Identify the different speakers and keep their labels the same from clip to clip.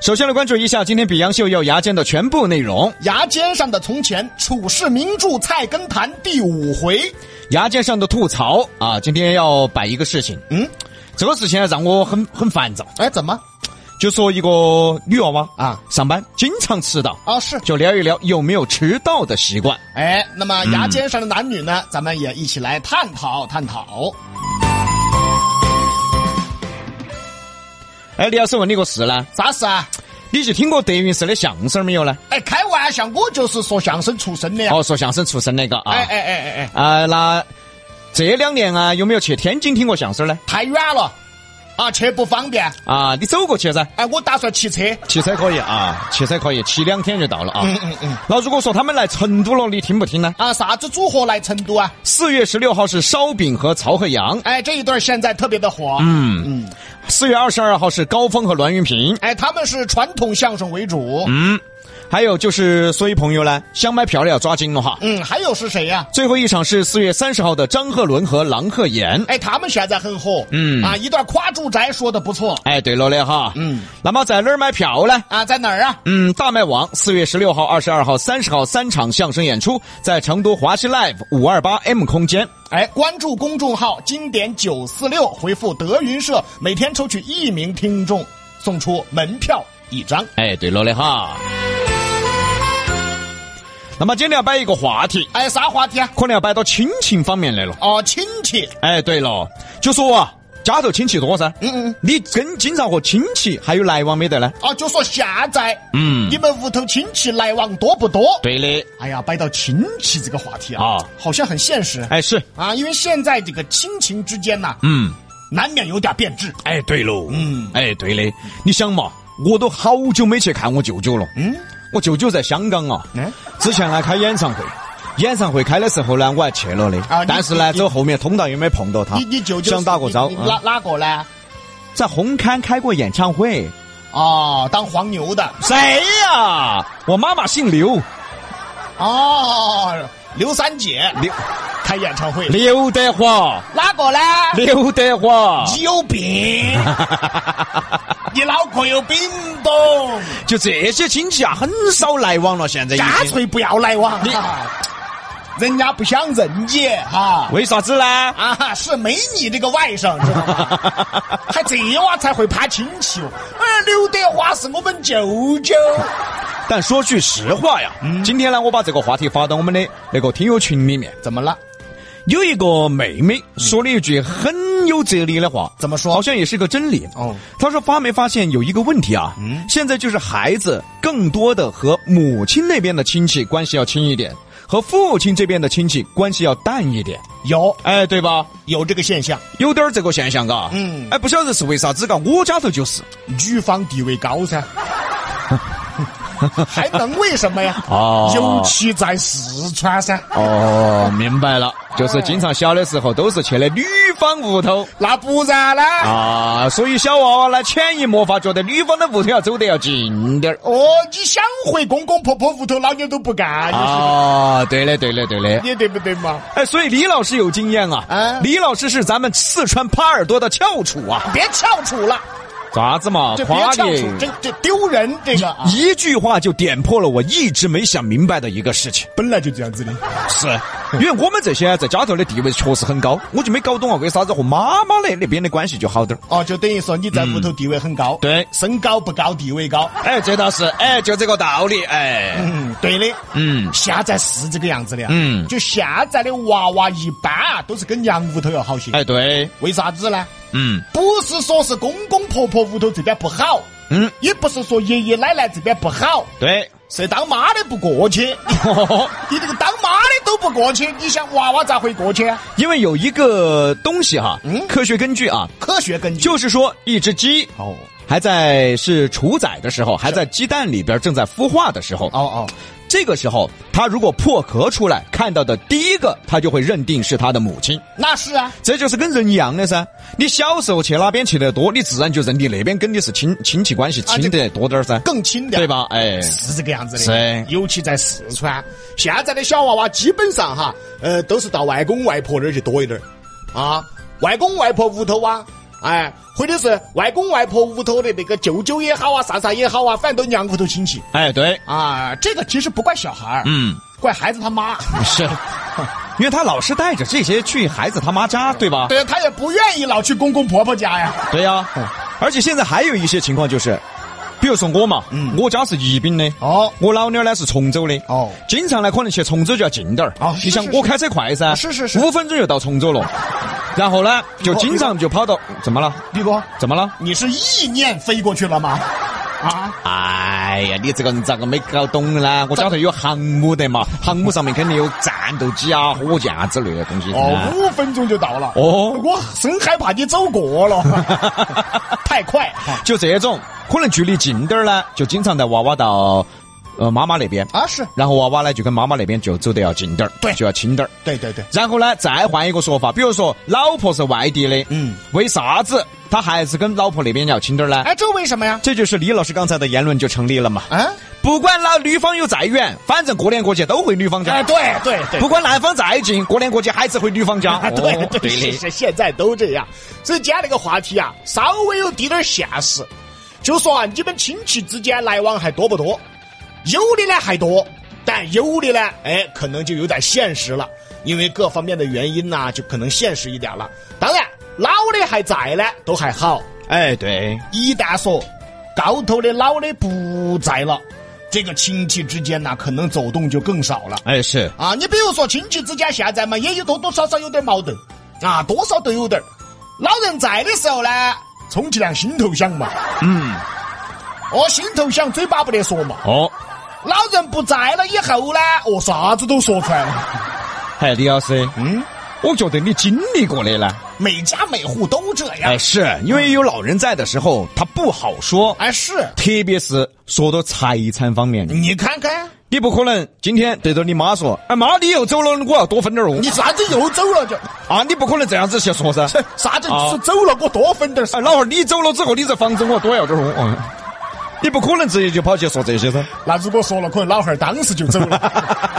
Speaker 1: 首先来关注一下今天《比洋秀》要牙尖的全部内容。
Speaker 2: 牙尖上的从前，处世名著《菜根谭》第五回。
Speaker 1: 牙尖上的吐槽啊，今天要摆一个事情，
Speaker 2: 嗯，
Speaker 1: 这个事情啊让我很很烦躁。
Speaker 2: 哎，怎么
Speaker 1: 就说一个女娃娃
Speaker 2: 啊
Speaker 1: 上班经常迟到，
Speaker 2: 啊？是
Speaker 1: 就聊一聊有没有迟到的习惯。
Speaker 2: 哎，那么牙尖上的男女呢？咱们也一起来探讨探讨。
Speaker 1: 哎，李老师问你个事呢，
Speaker 2: 啥事啊？
Speaker 1: 你去听过德云社的相声没有呢？
Speaker 2: 哎，开玩笑，我就是说相声出身的呀。
Speaker 1: 哦，说相声出身那个啊，
Speaker 2: 哎哎哎哎哎，
Speaker 1: 啊，那这两年啊，有没有去天津听过相声呢？
Speaker 2: 太远了，啊，去不方便。
Speaker 1: 啊，你走过去噻，
Speaker 2: 哎，我打算骑车。
Speaker 1: 骑车可以啊，骑车可以，骑两天就到了啊。
Speaker 2: 嗯嗯嗯。
Speaker 1: 那如果说他们来成都了，你听不听呢？
Speaker 2: 啊，啥子组合来成都啊？
Speaker 1: 四月十六号是烧饼和曹鹤阳，
Speaker 2: 哎，这一对儿现在特别的火。嗯嗯，
Speaker 1: 四月二十二号是高峰和栾云平。
Speaker 2: 哎，他们是传统相声为主。
Speaker 1: 嗯，还有就是，所以朋友呢，想买票的要抓紧了哈。
Speaker 2: 嗯，还有是谁呀、
Speaker 1: 最后一场是四月三十号的张鹤伦和郎鹤炎。
Speaker 2: 哎，他们现在很火。
Speaker 1: 嗯
Speaker 2: 啊，一段夸住宅说的不错。
Speaker 1: 哎，对了嘞哈。
Speaker 2: 嗯。
Speaker 1: 那么在哪儿买票呢？
Speaker 2: 啊，在哪儿啊？
Speaker 1: 嗯，大麦网四月十六号、二十二号、三十号三场相声演出，在成都华西 Live 五二八 M 空间。
Speaker 2: 哎，关注公众号“经典九四六”，回复“德云社”，每天抽取一名听众，送出门票一张。
Speaker 1: 哎，对了嘞哈。那么今天要摆一个话题，
Speaker 2: 哎，啥话题啊？
Speaker 1: 可能要摆到亲情方面来了。
Speaker 2: 哦，亲戚。
Speaker 1: 哎，对了，就说啊，家头亲戚多噻。
Speaker 2: 嗯嗯。
Speaker 1: 你跟经常和亲戚还有来往没得呢？
Speaker 2: 哦，就说现在，
Speaker 1: 嗯
Speaker 2: 你们屋头亲戚来往多不多？
Speaker 1: 对的。
Speaker 2: 哎呀，摆到亲戚这个话题啊，
Speaker 1: 啊
Speaker 2: 好像很现实。
Speaker 1: 哎，是。
Speaker 2: 啊，因为现在这个亲情之间呐、
Speaker 1: 嗯。
Speaker 2: 难免有点变质。
Speaker 1: 哎，对喽。
Speaker 2: 嗯。
Speaker 1: 哎，对的。你想嘛，我都好久没去看我舅舅了。
Speaker 2: 嗯，
Speaker 1: 我舅舅在香港啊。
Speaker 2: 嗯，
Speaker 1: 之前呢开演唱会，演唱会开的时候呢，我还去了的。
Speaker 2: 啊你
Speaker 1: 但是呢，
Speaker 2: 你
Speaker 1: 走后面通道也没碰到他。
Speaker 2: 你你舅舅
Speaker 1: 想打个招
Speaker 2: 你
Speaker 1: 呼
Speaker 2: 你哪
Speaker 1: 嗯
Speaker 2: 哪个呢？
Speaker 1: 在红磡开过演唱会。
Speaker 2: 哦，当黄牛的。
Speaker 1: 谁呀？我妈妈姓刘，
Speaker 2: 哦，刘三姐
Speaker 1: 刘
Speaker 2: 开演唱会，
Speaker 1: 刘德华，
Speaker 2: 哪个呢？
Speaker 1: 刘德华，
Speaker 2: 你有病！ 你脑壳有病懂？
Speaker 1: 就这些亲戚啊，很少来往了。哎现在已经
Speaker 2: 干脆不要来往啊！人家不想认你哈。
Speaker 1: 为啥子呢？
Speaker 2: 啊，是没你这个外甥，知道吗？ 还这娃才会怕亲戚哦。哎，刘德华是我们舅舅。
Speaker 1: 但说句实话呀，
Speaker 2: 嗯
Speaker 1: 今天呢，我把这个话题发到我们的那个听友群里面，
Speaker 2: 怎么了？
Speaker 1: 有一个妹妹说了一句很有哲理的话，
Speaker 2: 嗯怎么说
Speaker 1: 好像也是个真理。
Speaker 2: 哦，
Speaker 1: 她说发没发现有一个问题啊？
Speaker 2: 嗯
Speaker 1: 现在就是孩子更多的和母亲那边的亲戚关系要亲一点，和父亲这边的亲戚关系要淡一点，
Speaker 2: 有
Speaker 1: 哎，对吧？
Speaker 2: 有这个现象，
Speaker 1: 有点儿这个现象，嘎。
Speaker 2: 嗯
Speaker 1: 哎，不晓得是为啥子，嘎，我家头就是。
Speaker 2: 女方地位高噻。 还能为什么呀？
Speaker 1: 哦
Speaker 2: 尤其在四川噻，
Speaker 1: 哦，明白了，就是经常小的时候都是去的女方屋头
Speaker 2: 那不然呢？
Speaker 1: 啊，所以小娃娃呢潜移默化觉得女方的屋头要走得要近 点儿。
Speaker 2: 哦，你想回公公婆婆屋头，老娘都不干，你是
Speaker 1: 啊，对的，对的，对的。
Speaker 2: 你对不对嘛？
Speaker 1: 哎，所以李老师有经验啊！
Speaker 2: 啊
Speaker 1: 李老师是咱们四川耙耳朵的翘楚啊！
Speaker 2: 别翘楚了，
Speaker 1: 咋子嘛
Speaker 2: 这别翘楚，这这丢人，这个啊，
Speaker 1: 一句话就点破了我一直没想明白的一个事情。
Speaker 2: 本来就这样子的。
Speaker 1: 是， 因为我们这些在家头的地位确实很高，我就没搞懂啊，为啥子和妈妈那那边的关系就好点儿。
Speaker 2: 哦，就等于说你在屋头地位很高，
Speaker 1: 嗯对
Speaker 2: 身高不高，地位高。
Speaker 1: 哎，这倒是，哎，就这个道理，哎，
Speaker 2: 嗯，对的，
Speaker 1: 嗯，
Speaker 2: 现在是这个样子的，
Speaker 1: 嗯
Speaker 2: 就现在的娃娃一般啊，都是跟娘屋头要好些，
Speaker 1: 哎，对，
Speaker 2: 为啥子呢？
Speaker 1: 嗯
Speaker 2: 不是说是公公婆婆屋头这边不好，
Speaker 1: 嗯，
Speaker 2: 也不是说爷爷奶奶这边不好，
Speaker 1: 对，
Speaker 2: 是当妈的不过去， 你这个当妈的都不过去，你想娃娃咋会过去啊？
Speaker 1: 因为有一个东西哈，
Speaker 2: 嗯
Speaker 1: 科学根据啊，
Speaker 2: 科学根据
Speaker 1: 就是说一只鸡
Speaker 2: 哦
Speaker 1: 还在是雏崽的时候，还在鸡蛋里边正在孵化的时候，
Speaker 2: 哦哦，
Speaker 1: 这个时候它如果破壳出来，看到的第一个，它就会认定是它的母亲。
Speaker 2: 那是啊，
Speaker 1: 这就是跟人一样的噻。你小时候去哪边去的多，你自然就认定那边跟你是亲亲戚关系
Speaker 2: 啊
Speaker 1: 亲得多点儿噻，
Speaker 2: 更亲点
Speaker 1: 对。吧？哎，
Speaker 2: 是这个样子的，
Speaker 1: 是
Speaker 2: 尤其在四川，现在的小娃娃基本上哈，呃，都是到外公外婆那儿去多一点儿，啊，外公外婆屋头啊，哎，或者是外公外婆屋头的那个舅舅也好啊，啥啥也好啊，反正都娘屋头亲戚
Speaker 1: 哎，对，
Speaker 2: 啊。这个其实不怪小孩儿，
Speaker 1: 嗯，
Speaker 2: 怪孩子他妈。
Speaker 1: 是，因为他老是带着这些去孩子他妈家，对嗯吧？
Speaker 2: 对，他也不愿意老去公公婆婆家呀。
Speaker 1: 对呀、而且现在还有一些情况就是，比如说我嘛，
Speaker 2: 嗯
Speaker 1: 我家是宜宾的，
Speaker 2: 哦
Speaker 1: 我老娘呢是崇州的，
Speaker 2: 哦
Speaker 1: 经常呢可能去崇州就要近点儿，
Speaker 2: 哦是
Speaker 1: 你想
Speaker 2: 是是
Speaker 1: 我开车快噻，
Speaker 2: 是是是
Speaker 1: 五分钟就到崇州了，然后呢就经常就跑到怎么了？
Speaker 2: 毕哥，
Speaker 1: 怎么了？
Speaker 2: 你是意念飞过去了吗？啊，
Speaker 1: 哎呀，你这个人咋个没搞懂呢？我家头有航母的嘛，航母上面肯定有战斗机啊、火箭啊之类的东西。
Speaker 2: 哦，五分钟就到了。
Speaker 1: 哦
Speaker 2: 我真害怕你走过 了，太快。啊
Speaker 1: 就这种，可能距离近点儿呢，就经常带娃娃到呃妈妈那边，
Speaker 2: 啊，是
Speaker 1: 然后娃娃呢就跟妈妈那边就走得要近点儿，
Speaker 2: 对
Speaker 1: 就要亲点儿。
Speaker 2: 对对对，
Speaker 1: 然后呢，再换一个说法，比如说老婆是外地的，
Speaker 2: 嗯，
Speaker 1: 为啥子他还是跟老婆那边要亲点儿呢？
Speaker 2: 哎，这为什么呀？
Speaker 1: 这就是李老师刚才的言论就成立了嘛。
Speaker 2: 啊，
Speaker 1: 不管老女方有再远，反正过年过节都回女方家；
Speaker 2: 哎，对对对
Speaker 1: 不。管男方再近，过年过节还是回女方家。
Speaker 2: 啊， 对
Speaker 1: 哦
Speaker 2: 对是是，现在都这样。所以今天这个话题啊，稍微有滴点儿现实，就说啊，你们亲戚之间来往还多不多？有的呢还多，但有的呢，哎，可能就有点现实了，因为各方面的原因呐、就可能现实一点了。当然，老的还在呢，都还好。
Speaker 1: 哎，对，
Speaker 2: 一旦说高头的老的不在了，这个亲戚之间呐、可能走动就更少了。
Speaker 1: 哎是，
Speaker 2: 啊，你比如说亲戚之间现在嘛，也有多多少少有点矛盾，啊，多少都有点儿。老人在的时候呢，充其量心头想嘛，
Speaker 1: 嗯，
Speaker 2: 哦，心头想，嘴巴不得说嘛。
Speaker 1: 哦，
Speaker 2: 老人不在了以后呢，哦，啥子都说出来了。
Speaker 1: 哎，李老师，
Speaker 2: 嗯，
Speaker 1: 我觉得你经历过的呢，
Speaker 2: 每家每户都这样
Speaker 1: 哎，。是因为有老人在的时候，他不好说，
Speaker 2: 哎，是，
Speaker 1: 特别是说到财产方面，
Speaker 2: 你看看，
Speaker 1: 你不可能今天对着你妈说，哎妈，你又走了，我要多分点儿哦
Speaker 2: 你啥子又走了就，
Speaker 1: 啊，你不可能这样子去说噻。
Speaker 2: 啥子
Speaker 1: 啊
Speaker 2: 嗯是走了，我多分点儿。
Speaker 1: 哎，老汉儿，你走了之后，你这房子我多要点红。嗯，你不可能直接就跑去说这些噻。
Speaker 2: 那如果说了，可能老汉儿当时就走了，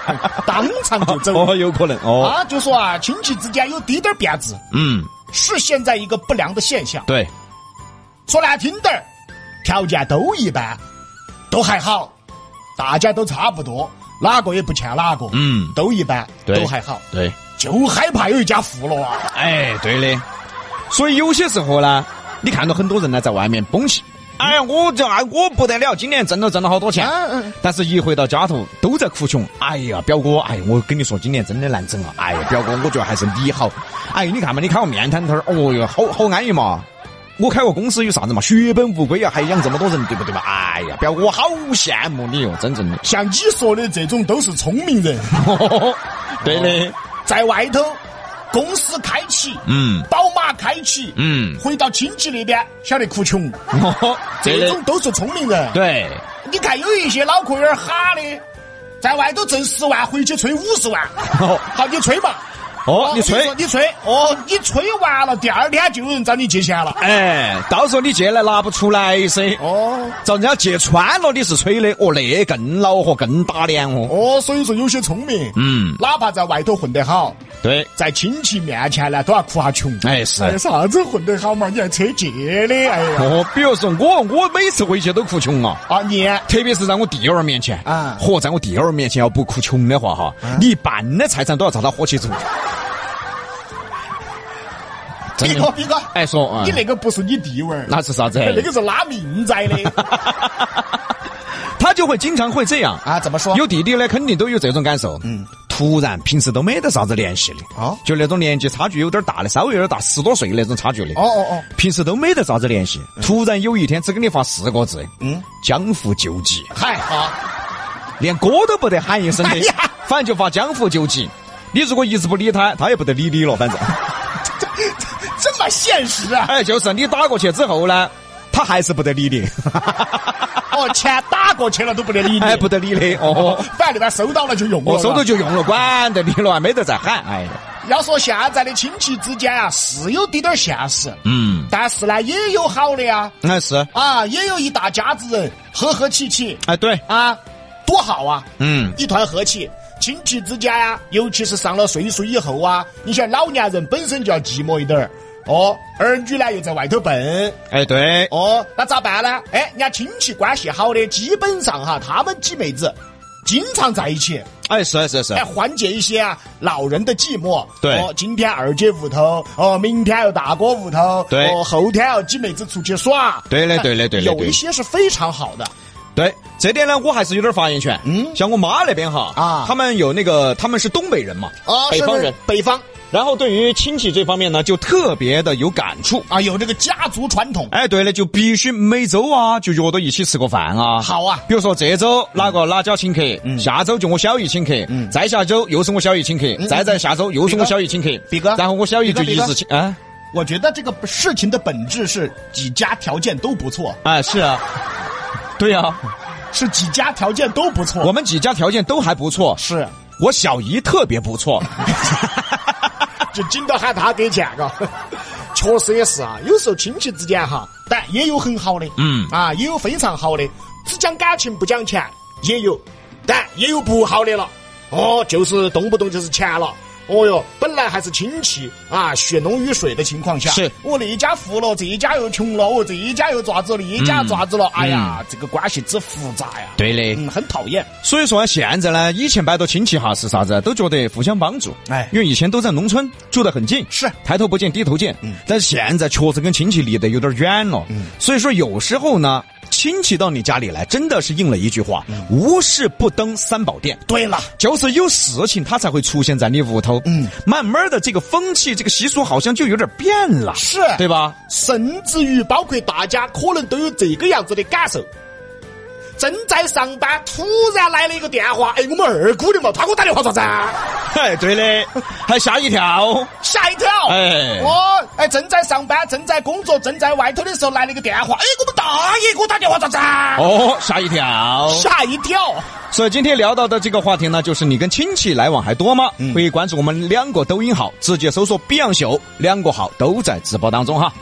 Speaker 2: 当场就走了。
Speaker 1: 哦，有可能哦。
Speaker 2: 啊，就说啊，亲戚之间有滴点儿变质。
Speaker 1: 嗯，
Speaker 2: 是现在一个不良的现象。
Speaker 1: 对，
Speaker 2: 说难听点儿，条件都一般，都还好，大家都差不多，哪个也不欠哪个，
Speaker 1: 嗯
Speaker 2: 都一般，
Speaker 1: 对
Speaker 2: 都还好，
Speaker 1: 对，
Speaker 2: 就害怕有一家富了啊！
Speaker 1: 哎，对的。所以有些时候呢，你看到很多人呢在外面蹦起，哎呀，我这哎我不得了，今年挣了挣了好多钱。
Speaker 2: 嗯嗯
Speaker 1: 但是，一回到家头都在哭穷。哎呀，表哥，哎，我跟你说，今年真的难整啊！哎呀，表哥，我觉得还是你好。哎，你看嘛，你开个面摊摊儿，哦哟，好好安逸嘛。我开个公司有啥子嘛？血本无归啊，还养这么多人，对不对嘛？哎呀，表哥，我好羡慕你哟、哦真正的。
Speaker 2: 像你说的这种都是聪明人，
Speaker 1: 对的，
Speaker 2: 在外头公司开启，
Speaker 1: 嗯
Speaker 2: 宝马开启，
Speaker 1: 嗯，
Speaker 2: 回到亲戚那边晓得哭穷，
Speaker 1: 哦，对
Speaker 2: 这
Speaker 1: 的
Speaker 2: 种，都是聪明人。
Speaker 1: 对，
Speaker 2: 你看有一些脑壳有点哈的，在外头挣十万，回去吹五十万，
Speaker 1: 哦
Speaker 2: 好，你吹吧。
Speaker 1: 哦，你吹
Speaker 2: 说，你吹，哦，你吹完了，第二天就有人找你借钱了。
Speaker 1: 哎，到时候你借来拿不出来噻。
Speaker 2: 哦
Speaker 1: 遭人家借穿了，你是吹的，哦，那更恼火，更打脸哦。
Speaker 2: 哦，所以说有些聪明，
Speaker 1: 嗯
Speaker 2: 哪怕在外头混得好，
Speaker 1: 对，
Speaker 2: 在亲戚面前呢，都要哭下穷。
Speaker 1: 哎是
Speaker 2: 哎，啥子混得好嘛？你还扯借的？哎呀，
Speaker 1: 哦，比如说我，我每次回去都哭穷啊。
Speaker 2: 啊你，
Speaker 1: 特别是在我弟儿面前
Speaker 2: 啊
Speaker 1: 嚯，在我弟儿面前要不哭穷的话哈，你一半的财产都要遭他火起走。真
Speaker 2: 毕
Speaker 1: 的
Speaker 2: 哥，毕哥，
Speaker 1: 哎说啊
Speaker 2: 你，那个不是你弟娃儿，
Speaker 1: 那哎是啥子？
Speaker 2: 那个是拉命在的
Speaker 1: 哎他就会经常会这样。
Speaker 2: 啊？怎么说？
Speaker 1: 有弟弟呢，肯定都有这种感受。嗯，突然平时都没得啥子联系的，
Speaker 2: 哦
Speaker 1: 就那种年纪差距有点大的，稍微有点大，十多岁那种差距的，
Speaker 2: 哦哦哦，
Speaker 1: 平时都没得啥子联系，突然有一天只给你发四个字，嗯，江湖救急，
Speaker 2: 嗨好，
Speaker 1: 连哥都不得喊一声的，
Speaker 2: 哎呀
Speaker 1: 反正就发江湖救急。你如果一直不理他，他也不得理你了， 反正。
Speaker 2: 这么现 实啊？
Speaker 1: 哎，就是你打过去之后呢，他还是不得理 你，
Speaker 2: 哦，钱打过去了都不得理你，
Speaker 1: 哎，不得理你哦。
Speaker 2: 反正那边收到了就用了
Speaker 1: 我
Speaker 2: 嘛。
Speaker 1: 手头就用了，管得你了，还没得再喊。哎呀，
Speaker 2: 要说现在的亲戚之间啊，是有滴点儿现实，
Speaker 1: 嗯，
Speaker 2: 但是呢，也有好的呀，
Speaker 1: 那是，
Speaker 2: 啊，也有一大家子人和和气气
Speaker 1: 哎，对，
Speaker 2: 啊，多好啊，
Speaker 1: 嗯，
Speaker 2: 一团和气。亲啊戚之间呀、尤其是上了岁数以后啊，你像老年人本身就要寂寞一点儿，哦，儿女呢又在外头奔，
Speaker 1: 哎，对，
Speaker 2: 哦，那咋办呢？哎，人家亲戚关系好的，基本上哈，他们几妹子经常在一起，
Speaker 1: 哎，是是是
Speaker 2: 哎，，缓解一些啊老人的寂寞。
Speaker 1: 对
Speaker 2: 哦，今天二姐屋头，哦，明天又大哥屋头，
Speaker 1: 对
Speaker 2: 哦，后天又几妹子出去耍。
Speaker 1: 对嘞
Speaker 2: 那
Speaker 1: 对嘞对嘞
Speaker 2: 有
Speaker 1: 对
Speaker 2: 一些是非常好的，
Speaker 1: 对这点呢，我还是有点发言权。
Speaker 2: 嗯
Speaker 1: 像我妈那边哈，
Speaker 2: 啊
Speaker 1: 他们有那个，他们是东北人嘛，
Speaker 2: 哦，
Speaker 1: 北
Speaker 2: 是不
Speaker 1: 方
Speaker 2: 是
Speaker 1: 人，
Speaker 2: 北方
Speaker 1: 然后对于亲戚这方面呢，就特别的有感触。
Speaker 2: 啊，有这个家族传统。
Speaker 1: 哎，对了，就必须每周啊就约到一起吃个饭啊。
Speaker 2: 好啊
Speaker 1: 比如说这周哪个哪家请客，
Speaker 2: 嗯
Speaker 1: 下周就我小姨请客，再下周又是我小姨请客，再在下周又是我小姨请客，
Speaker 2: 嗯比哥
Speaker 1: 然后我小姨就一
Speaker 2: 比哥
Speaker 1: 直请啊，
Speaker 2: 我觉得这个事情的本质是几家条件都不错，
Speaker 1: 哎是 啊，对啊，
Speaker 2: 是几家条件都不错。
Speaker 1: 我们几家条件都还不错，
Speaker 2: 是，
Speaker 1: 我小姨特别不错，
Speaker 2: 就紧到喊他给钱，嘎。 确实也是啊，有时候亲戚之间哈，但也有很好的，
Speaker 1: 嗯
Speaker 2: 啊，也有非常好的，只讲感情不讲钱也有，但也有不好的了。哦，就是动不动就是钱了。哦哟，本来还是亲戚啊，血浓于水的情况下，
Speaker 1: 是
Speaker 2: 我那一家富了，这一家又穷了，我哦这一家又咋子了，那一家咋子了？哎呀，这个关系之复杂呀，
Speaker 1: 嗯对嘞
Speaker 2: 嗯，很讨厌。
Speaker 1: 所以说啊，现在呢，以前摆到亲戚哈是啥子，都觉得互相帮助，
Speaker 2: 哎
Speaker 1: 因为以前都在农村住得很近，
Speaker 2: 是嗯
Speaker 1: 抬头不见低头见，但是现在确实跟亲戚离得有点远了，所以说有时候呢，亲戚到你家里来，真的是应了一句话，
Speaker 2: 嗯
Speaker 1: 无事不登三宝殿。
Speaker 2: 对了，
Speaker 1: 就是有事情，他才会出现在你屋头。嗯，慢慢的，这个风气、这个习俗好像就有点变了，
Speaker 2: 是
Speaker 1: 对吧？
Speaker 2: 甚至于包括大家可能都有这个样子的感受。正在上班，突然来了一个电话，哎，我们二姑的嘛，她给我打电话咋子啊？
Speaker 1: 哎，对嘞，还吓一跳。
Speaker 2: 吓一跳！
Speaker 1: 哎
Speaker 2: 我哎正在上班，正在工作，正在外头的时候来了一个电话，哎，我们大爷给我打电话咋子啊？
Speaker 1: 哦，吓一跳。
Speaker 2: 吓一跳！
Speaker 1: 所以今天聊到的这个话题呢，就是你跟亲戚来往还多吗？可以关注我们两个抖音号，直接搜索“ Beyond 秀”，两个号都在直播当中哈。